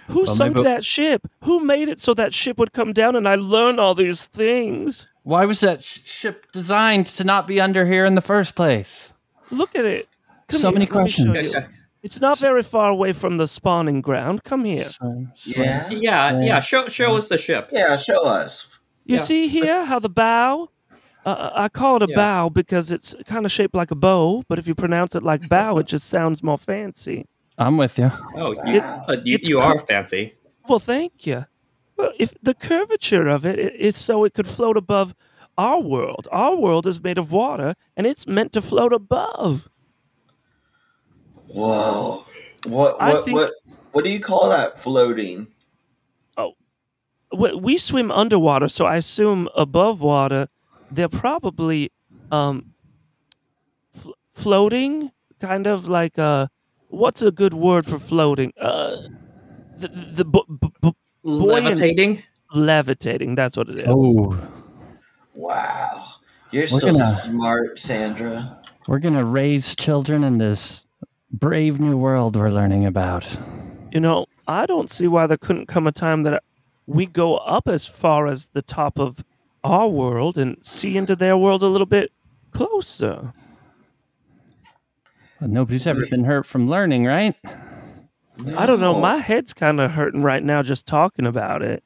Speaker 2: Who
Speaker 3: Well,
Speaker 2: sunk
Speaker 3: maybe-
Speaker 2: that ship? Who made it so that ship would come down and I learn all these things?
Speaker 3: Why was that sh- ship designed to not be under here in the first place?
Speaker 2: Look at it. Come
Speaker 3: So
Speaker 2: here,
Speaker 3: many
Speaker 2: let me show
Speaker 3: questions.
Speaker 2: you. It's not very far away from the spawning ground. Come here.
Speaker 3: So- so-
Speaker 1: Yeah.
Speaker 4: Yeah, yeah. Show show us the ship.
Speaker 1: Yeah, show us.
Speaker 2: You
Speaker 4: Yeah,
Speaker 2: see here how the bow? Uh, I call it a
Speaker 4: Yeah.
Speaker 2: bow because it's kind of shaped like a bow, but if you pronounce it like bow, it just sounds more fancy.
Speaker 3: I'm with you.
Speaker 4: Oh, you uh, you,
Speaker 2: It's
Speaker 4: you
Speaker 2: cu-
Speaker 4: are fancy.
Speaker 2: Well, thank you. Well, if the curvature of it i- is so it could float above our world. Our world is made of water, and it's meant to float above.
Speaker 1: Whoa. What
Speaker 2: I
Speaker 1: what
Speaker 2: think-
Speaker 1: what what do you call that floating?
Speaker 2: we, we swim underwater, so I assume above water they're probably um, fl- floating, kind of like a what's a good word for floating? Uh, the the, the bu- bu- bu- Buoyant-
Speaker 4: Levitating.
Speaker 2: levitating. That's what it is.
Speaker 3: Oh,
Speaker 1: Wow. You're
Speaker 3: We're
Speaker 1: so
Speaker 3: gonna-
Speaker 1: smart, Sandra.
Speaker 3: we're gonna raise children in this brave new world we're learning about.
Speaker 2: You know, I don't see why there couldn't come a time that we go up as far as the top of our world and see into their world a little bit closer.
Speaker 3: Nobody's ever been hurt from learning, right?
Speaker 2: I don't know.
Speaker 1: No.
Speaker 2: My head's kind of hurting right now just talking about it.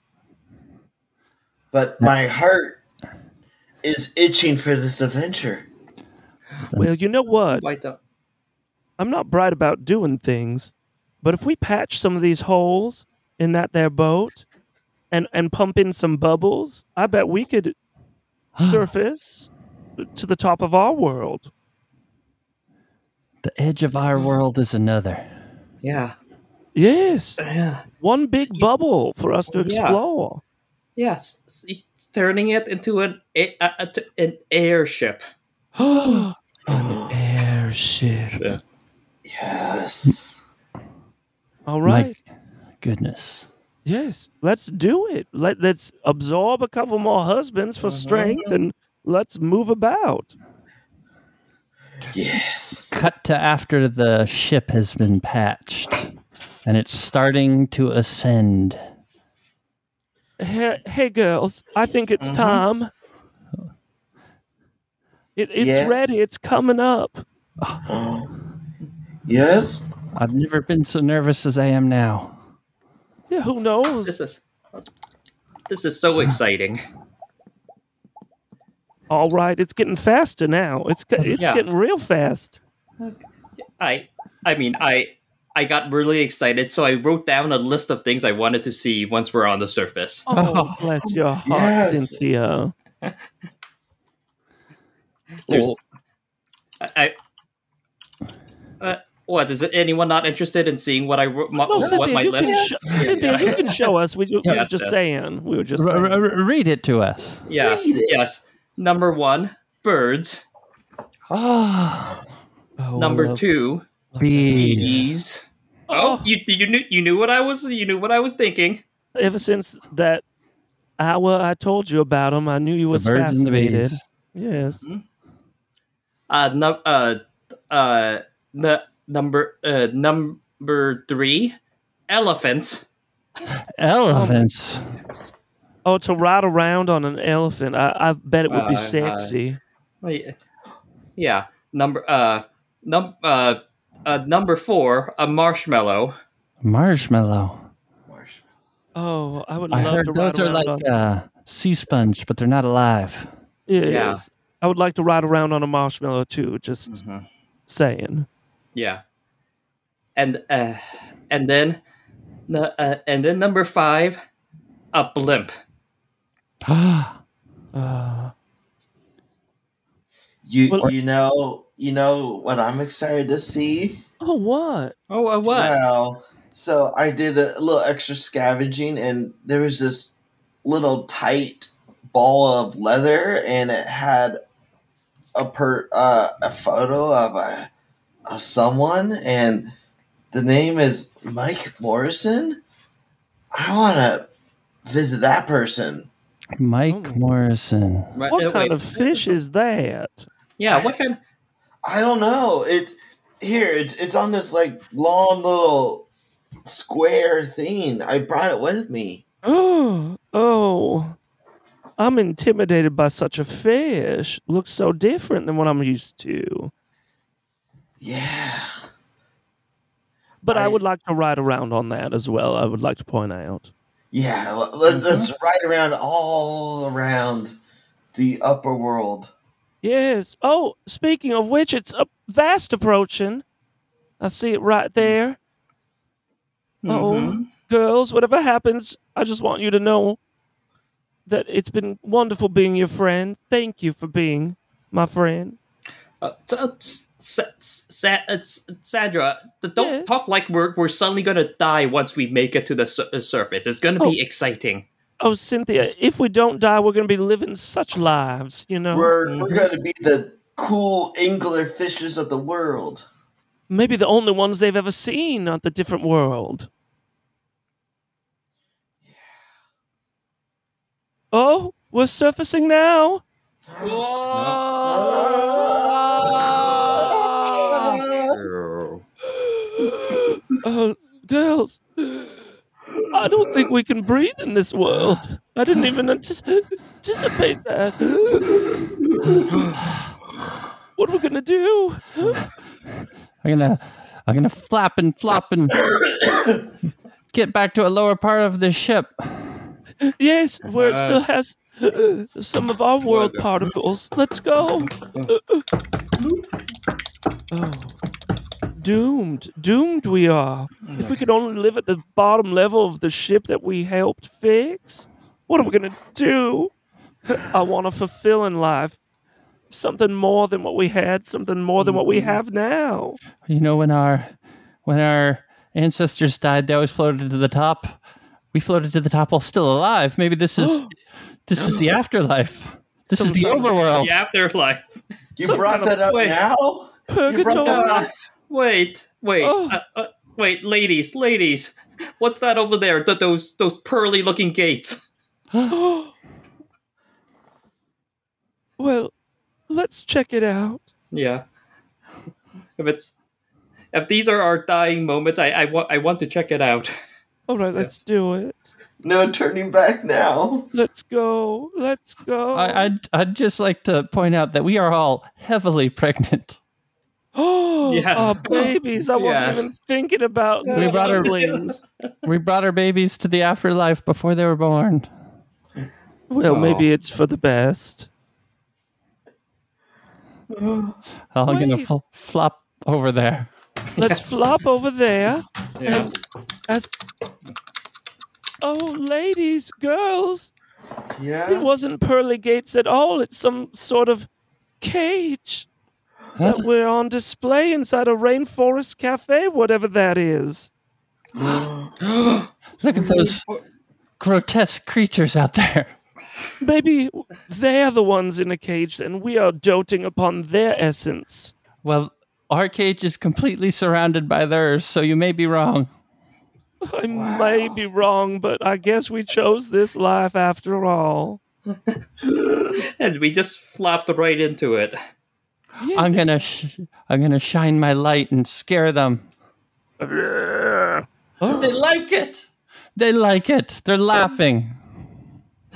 Speaker 1: But my heart is itching for this adventure.
Speaker 2: Well, you know what?
Speaker 4: Why the
Speaker 2: I'm not bright about doing things, but if we patch some of these holes in that there boat and and pump in some bubbles, I bet we could surface to the top of our world.
Speaker 3: The edge of our world is another.
Speaker 4: yeah.
Speaker 2: Yes,
Speaker 4: Yeah.
Speaker 2: one big bubble for us to
Speaker 4: Yeah.
Speaker 2: explore.
Speaker 4: Yes. s- Turning it into an a- a- a- t- an airship.
Speaker 2: An airship.
Speaker 1: Yes.
Speaker 2: All right.
Speaker 3: My goodness.
Speaker 2: Yes, let's do it. Let let's absorb a couple more husbands for strength, and let's move about.
Speaker 1: Yes.
Speaker 3: Cut to after the ship has been patched and it's starting to ascend.
Speaker 2: Hey, hey girls, I think it's
Speaker 3: Mm-hmm.
Speaker 2: time. It, it's
Speaker 1: Yes.
Speaker 2: ready. It's coming up.
Speaker 1: Yes.
Speaker 3: I've never been so nervous as I am now.
Speaker 2: Yeah, who knows?
Speaker 4: This is this is so exciting.
Speaker 2: All right, it's getting faster now. It's ge- it's
Speaker 4: Yeah.
Speaker 2: getting real fast.
Speaker 4: I I mean I I got really excited, so I wrote down a list of things I wanted to see once we're on the surface.
Speaker 2: Oh,
Speaker 3: Oh.
Speaker 2: bless your heart,
Speaker 1: Yes.
Speaker 2: Cynthia.
Speaker 4: There's I. I uh, what is it? Anyone not interested in seeing what I wrote? My,
Speaker 2: No,
Speaker 4: what
Speaker 2: Cynthia,
Speaker 4: my
Speaker 2: you
Speaker 4: list?
Speaker 2: can, sho- Cynthia you can show us. We, ju- we were
Speaker 4: Yes,
Speaker 2: just
Speaker 4: yes.
Speaker 2: saying. We were just
Speaker 3: R-
Speaker 2: saying.
Speaker 3: r- r- read it to us.
Speaker 4: yes,
Speaker 1: Read it.
Speaker 4: yes. Number one, birds.
Speaker 3: Ah,
Speaker 2: Oh, I
Speaker 4: Number
Speaker 2: love-
Speaker 4: two,
Speaker 3: bees.
Speaker 4: bees. Oh, you you knew you knew what I was you knew what I was thinking.
Speaker 2: ever since that hour I told you about him, I knew you
Speaker 3: The
Speaker 2: was
Speaker 3: birds and the
Speaker 2: fascinated.
Speaker 3: bees.
Speaker 2: Yes.
Speaker 4: Uh, num uh, uh, n- number uh, number three, elephants.
Speaker 3: Elephants.
Speaker 2: Oh, to ride around on an elephant. I, I bet it would
Speaker 4: Uh,
Speaker 2: be
Speaker 4: uh,
Speaker 2: sexy.
Speaker 4: Oh, Yeah. yeah. Number uh num uh, uh number four, a marshmallow.
Speaker 3: Marshmallow.
Speaker 2: oh, I would
Speaker 3: I
Speaker 2: love
Speaker 3: heard
Speaker 2: to ride
Speaker 3: those
Speaker 2: around
Speaker 3: are like
Speaker 2: on
Speaker 3: uh, sea sponge, but they're not alive.
Speaker 2: yes. I would like to ride around on a marshmallow too, just
Speaker 4: Mm-hmm.
Speaker 2: saying.
Speaker 4: Yeah. And uh and then n- uh, and then number five, a blimp.
Speaker 3: Ah,
Speaker 2: Uh,
Speaker 1: You
Speaker 2: Well-
Speaker 1: you know you know what I'm excited to see.
Speaker 2: oh, what?
Speaker 4: Oh, a what?
Speaker 1: Well, so I did a little extra scavenging, and there was this little tight ball of leather, and it had a per uh, a photo of a of someone, and the name is Mike Morrison. I want to visit that person.
Speaker 3: Mike
Speaker 2: Oh.
Speaker 3: Morrison.
Speaker 4: Right,
Speaker 2: What
Speaker 4: uh,
Speaker 2: kind
Speaker 4: wait.
Speaker 2: of fish is that?
Speaker 4: Yeah, what kind?
Speaker 1: I don't know. It here. It's it's on this like long little square thing. I brought it with me.
Speaker 2: Oh, oh. I'm intimidated by such a fish. Looks so different than what I'm used to.
Speaker 1: Yeah.
Speaker 2: But I,
Speaker 1: I-
Speaker 2: would like to ride around on that as well. I would like to point out.
Speaker 1: Yeah, let, let, us
Speaker 2: Mm-hmm.
Speaker 1: ride around all around the upper world.
Speaker 2: Yes. Oh, speaking of which, it's a vast approaching. I see it right there. Oh,
Speaker 4: Mhm.
Speaker 2: girls, whatever happens, I just want you to know that it's been wonderful being your friend. Thank you for being my friend.
Speaker 4: Uh, t- uh, s- s- sa- uh, s- Sandra, d- don't
Speaker 2: Yes.
Speaker 4: talk like we're we're suddenly gonna die once we make it to the su- uh, surface. It's gonna be exciting.
Speaker 2: Oh, Cynthia, if we don't die, we're going to be living such lives, you know?
Speaker 1: We're we're going to be the cool angler fishes of the world.
Speaker 2: Maybe the only ones they've ever seen on the different world. Oh, we're surfacing now. Oh, girls. I don't think we can breathe in this world. I didn't even antici- anticipate that. What are we going to do?
Speaker 3: I'm gonna, I'm gonna flap and flop and get back to a lower part of the ship.
Speaker 2: Yes, where it still has some of our world particles. Let's go. Oh. Doomed, doomed we are. If we could only live at the bottom level of the ship that we helped fix, what are we going to do? I want a fulfilling life. Something more than what we had, something more than what we have now.
Speaker 3: You know when our, when our ancestors died. They always floated to the top. We floated to the top while still alive. Maybe this is this is the afterlife. This
Speaker 2: Some
Speaker 3: is the
Speaker 2: sort of-
Speaker 3: overworld.
Speaker 4: The afterlife.
Speaker 1: You
Speaker 2: Some
Speaker 1: brought
Speaker 2: kind of
Speaker 1: that up
Speaker 4: way.
Speaker 1: now? You brought that
Speaker 2: Purgatory.
Speaker 1: up.
Speaker 4: Wait, wait,
Speaker 2: Oh.
Speaker 4: uh, uh, wait, ladies, ladies. What's that over there? Th- those those pearly looking gates.
Speaker 2: well, let's check it out.
Speaker 4: Yeah. If it's if these are our dying moments, I I want I want to check it out.
Speaker 2: All right, let's do it.
Speaker 1: No turning back now.
Speaker 2: Let's go. Let's go.
Speaker 3: I, I'd I'd just like to point out that we are all heavily pregnant.
Speaker 2: oh,
Speaker 4: Yes.
Speaker 2: our babies. I
Speaker 4: Yes.
Speaker 2: wasn't even thinking about
Speaker 4: We
Speaker 2: the
Speaker 3: brought our-
Speaker 2: siblings.
Speaker 3: We brought our babies to the afterlife before they were born.
Speaker 2: Well,
Speaker 3: Oh.
Speaker 2: maybe it's for the best.
Speaker 3: Oh, I'm gonna
Speaker 2: Wait.
Speaker 3: fl- flop over there.
Speaker 2: Let's flop over there.
Speaker 4: Yeah.
Speaker 2: As oh, ladies, girls, it
Speaker 1: Yeah.
Speaker 2: wasn't pearly gates at all. It's some sort of cage that we're on display inside a rainforest cafe, whatever that is.
Speaker 3: Look at those grotesque creatures out there.
Speaker 2: Maybe they're the ones in a cage, and we are doting upon their essence.
Speaker 3: Well, our cage is completely surrounded by theirs, so you may be wrong.
Speaker 2: I may be wrong, but I guess we chose this life after all.
Speaker 4: and we just flopped right into it.
Speaker 2: Yes,
Speaker 3: I'm
Speaker 2: it's-
Speaker 3: gonna sh- I'm gonna shine my light and scare them. They like it. They like it. They're laughing.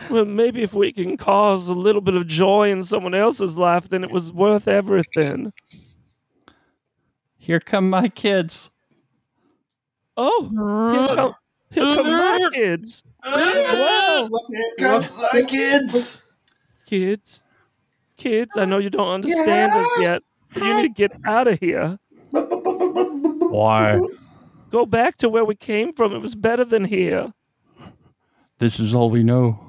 Speaker 2: Well, maybe if we can cause a little bit of joy in someone else's life, then it was worth everything.
Speaker 3: Here come my kids.
Speaker 2: Oh, here come, here come my kids. Wow.
Speaker 1: Here comes my kids.
Speaker 2: Kids, kids, I know you don't understand us yet, but you need to get out of here.
Speaker 3: Why?
Speaker 2: Go back to where we came from. It was better than here.
Speaker 3: This is all we know.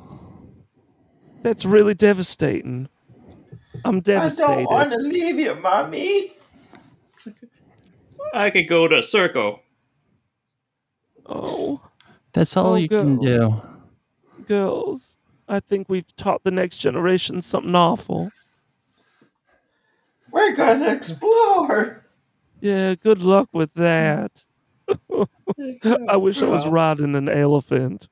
Speaker 2: That's really devastating. I'm
Speaker 1: I don't
Speaker 2: devastated.
Speaker 1: want to leave you, mommy.
Speaker 4: I could go to a circle.
Speaker 2: oh,
Speaker 3: That's all
Speaker 2: Oh,
Speaker 3: you can do.
Speaker 2: girls, I think we've taught the next generation something awful.
Speaker 1: We're gonna explore.
Speaker 2: Yeah, good luck with that. I wish I was riding an elephant.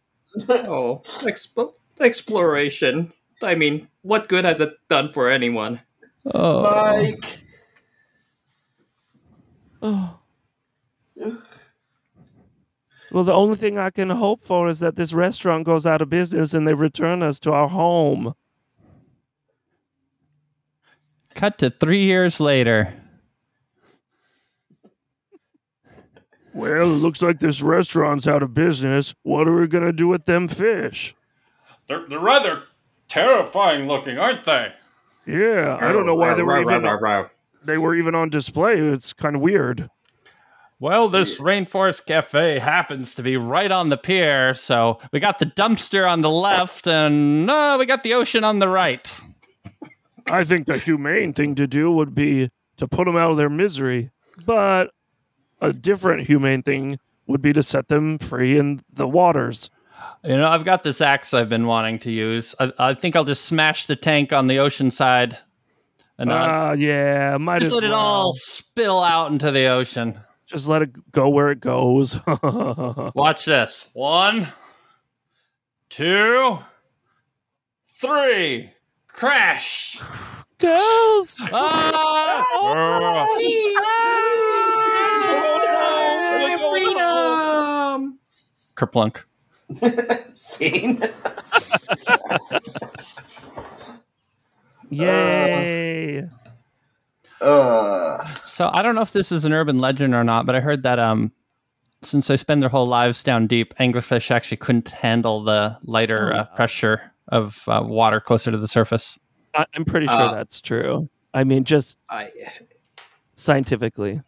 Speaker 4: Oh, exp- exploration. I mean, what good has it done for anyone?
Speaker 3: Oh,
Speaker 1: Mike.
Speaker 2: Oh. Well, the only thing I can hope for is that this restaurant goes out of business and they return us to our home.
Speaker 3: cut to three years later.
Speaker 2: Well, it looks like this restaurant's out of business. What are we going to do with them fish?
Speaker 5: They're, they're rather terrifying looking, aren't they?
Speaker 2: Yeah, I
Speaker 1: Oh,
Speaker 2: don't know why they were even
Speaker 4: even.
Speaker 2: they were even on display. It's kind of weird.
Speaker 3: Well, this rainforest cafe happens to be right on the pier, so we got the dumpster on the left, and uh, we got the ocean on the right.
Speaker 2: I think the humane thing to do would be to put them out of their misery, but a different humane thing would be to set them free in the waters.
Speaker 3: You know, I've got this axe I've been wanting to use. I, I think I'll just smash the tank on the ocean side, and uh,
Speaker 2: Ah, yeah, might
Speaker 3: just
Speaker 2: as
Speaker 3: let it
Speaker 2: well.
Speaker 3: all spill out into the ocean.
Speaker 2: Just let it go where it goes. oh,
Speaker 3: Watch this. One, two, three. Crash!
Speaker 2: girls!
Speaker 3: Ah!
Speaker 4: Oh, Freedom!
Speaker 3: Kerplunk.
Speaker 1: Scene.
Speaker 2: Yay!
Speaker 1: Uh,
Speaker 3: So I don't know if this is an urban legend or not, but I heard that um, since they spend their whole lives down deep, anglerfish actually couldn't handle the lighter
Speaker 4: Oh,
Speaker 3: uh, pressure of uh, water closer to the surface.
Speaker 2: I- I'm pretty sure
Speaker 4: Uh,
Speaker 2: that's true. I mean, just
Speaker 4: I
Speaker 2: scientifically.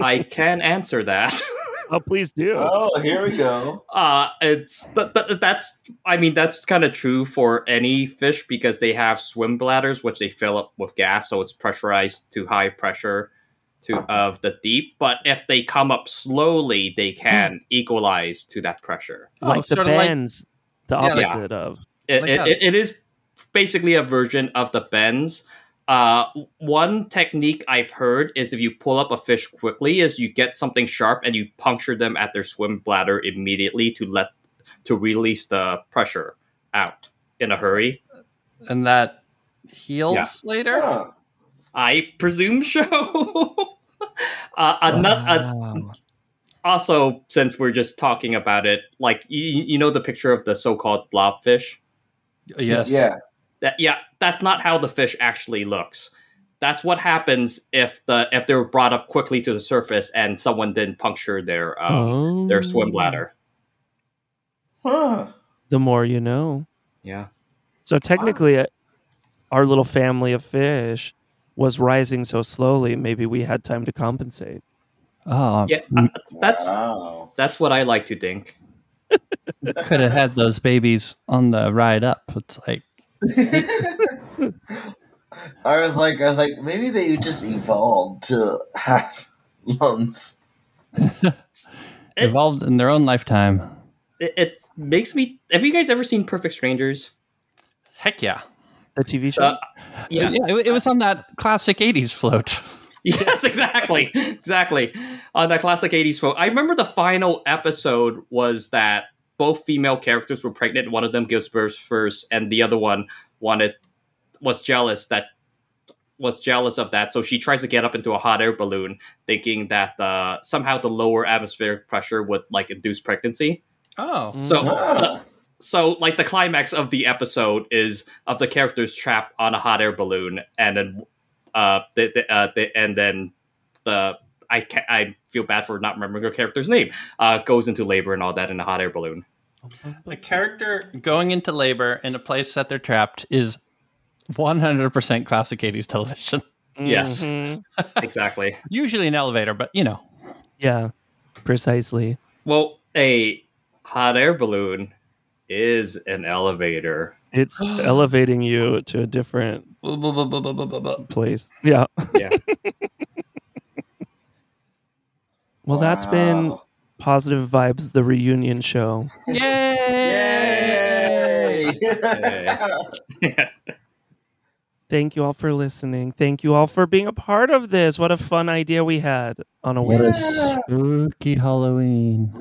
Speaker 4: I can answer that.
Speaker 2: Oh, please do.
Speaker 1: oh, here we go.
Speaker 4: Uh it's th- th- that's I mean that's kind of true for any fish because they have swim bladders which they fill up with gas so it's pressurized to high pressure to of the deep, but if they come up slowly, they can equalize to that pressure.
Speaker 3: Oh,
Speaker 2: like the
Speaker 3: sorta like-
Speaker 2: bends, the
Speaker 3: Yeah,
Speaker 4: like-
Speaker 2: opposite of.
Speaker 4: It,
Speaker 3: Like
Speaker 4: it,
Speaker 3: us.
Speaker 4: it- it is basically a version of the bends. Uh, one technique I've heard is if you pull up a fish quickly, is you get something sharp and you puncture them at their swim bladder immediately to let to release the pressure out in a hurry.
Speaker 3: and that heals
Speaker 4: Yeah.
Speaker 3: later.
Speaker 1: Huh.
Speaker 4: I presume so. uh, ano- a-
Speaker 3: Wow.
Speaker 4: also, since we're just talking about it, like you, you know the picture of the so-called blobfish.
Speaker 3: yes.
Speaker 1: Yeah.
Speaker 4: That yeah, that's not how the fish actually looks. That's what happens if the if they're brought up quickly to the surface and someone didn't puncture their um,
Speaker 2: oh.
Speaker 4: their swim bladder.
Speaker 1: Huh.
Speaker 2: The more you know.
Speaker 4: Yeah.
Speaker 2: So technically, uh our little family of fish was rising so slowly. Maybe we had time to compensate.
Speaker 3: Oh,
Speaker 4: Yeah, uh, that's
Speaker 1: wow.
Speaker 4: that's what I like to think.
Speaker 3: could have had those babies on the ride up. It's like
Speaker 1: I was like, I was like, maybe they just evolved to have lungs.
Speaker 4: It-
Speaker 3: evolved in their own lifetime.
Speaker 4: It, it makes me. Have you guys ever seen Perfect Strangers?
Speaker 3: Heck yeah.
Speaker 2: The TV show.
Speaker 4: Uh, Yes.
Speaker 3: Yeah, it, it was on that classic 80s float.
Speaker 4: Yes, exactly. exactly. On that classic 80s photo. I remember the final episode was that both female characters were pregnant. One of them gives birth first, and the other one wanted was jealous that was jealous of that. So she tries to get up into a hot air balloon, thinking that uh, somehow the lower atmospheric pressure would like induce pregnancy.
Speaker 3: Oh.
Speaker 4: So
Speaker 1: Ah.
Speaker 4: so like the climax of the episode is of the characters trapped on a hot air balloon and then uh they, they, uh they, and then uh I can I feel bad for not remembering her character's name. Uh, goes into labor and all that in a hot air balloon.
Speaker 3: The character going into labor in a place that they're trapped is 100% classic 80s television.
Speaker 4: yes.
Speaker 2: Mhm.
Speaker 4: Exactly.
Speaker 3: Usually an elevator, but you know.
Speaker 2: Yeah. Precisely.
Speaker 4: well, a hot air balloon is an elevator.
Speaker 2: It's elevating you to a different
Speaker 3: bu- bu- bu- bu- bu- bu- bu- bu-
Speaker 2: place. Yeah.
Speaker 4: Yeah.
Speaker 2: well, that's been
Speaker 1: Wow.
Speaker 2: Positive Vibes, the reunion show.
Speaker 3: Yay!
Speaker 1: Yay!
Speaker 2: Thank you all for listening. Thank you all for being a part of this. What a fun idea we had on a
Speaker 3: What
Speaker 2: Wednesday.
Speaker 3: a spooky Halloween.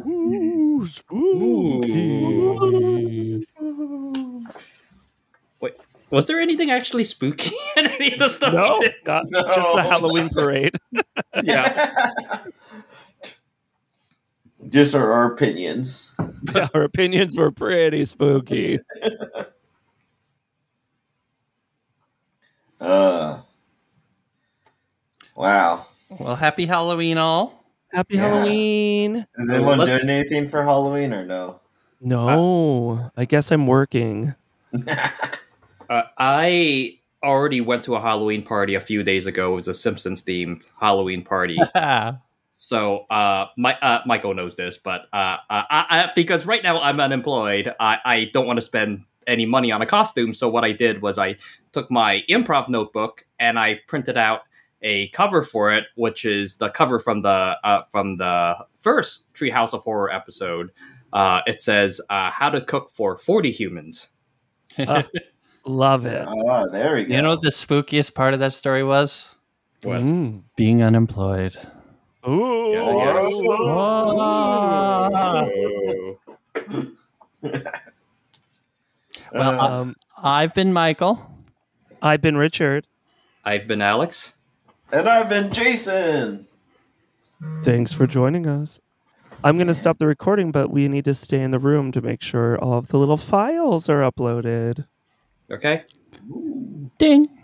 Speaker 2: Ooh,
Speaker 4: Ooh. Was there anything actually spooky in any of the stuff? we
Speaker 2: No,
Speaker 4: did?
Speaker 2: God,
Speaker 1: No.
Speaker 2: just the Halloween parade.
Speaker 4: Yeah.
Speaker 1: just our, our opinions.
Speaker 2: Our opinions were pretty spooky.
Speaker 1: Uh. Wow.
Speaker 3: Well, happy Halloween, all.
Speaker 2: Happy
Speaker 1: Yeah.
Speaker 2: Halloween.
Speaker 1: Is anyone
Speaker 4: Let's-
Speaker 1: doing anything for Halloween or no?
Speaker 2: No, I guess I'm working.
Speaker 4: Uh, I already went to a Halloween party a few days ago. It was a Simpsons themed Halloween party. so uh, my, uh, Michael knows this, but uh, I, I, because right now I'm unemployed, I, I don't want to spend any money on a costume. So what I did was I took my improv notebook and I printed out a cover for it, which is the cover from the uh, from the first Treehouse of Horror episode. Uh, it says uh, how to cook for 40 humans.
Speaker 2: Love it.
Speaker 1: Oh, there we go.
Speaker 3: you know what the spookiest part of that story was?
Speaker 4: What?
Speaker 2: Mm.
Speaker 3: Being unemployed.
Speaker 2: Ooh.
Speaker 4: Yeah, yes.
Speaker 3: Well,
Speaker 1: Oh. Uh,
Speaker 2: Um,
Speaker 3: I've been Michael.
Speaker 2: I've been Richard.
Speaker 4: I've been Alex.
Speaker 1: and I've been Jason.
Speaker 2: Thanks for joining us. I'm going to stop the recording, but we need to stay in the room to make sure all of the little files are uploaded.
Speaker 4: Okay.
Speaker 3: Ding.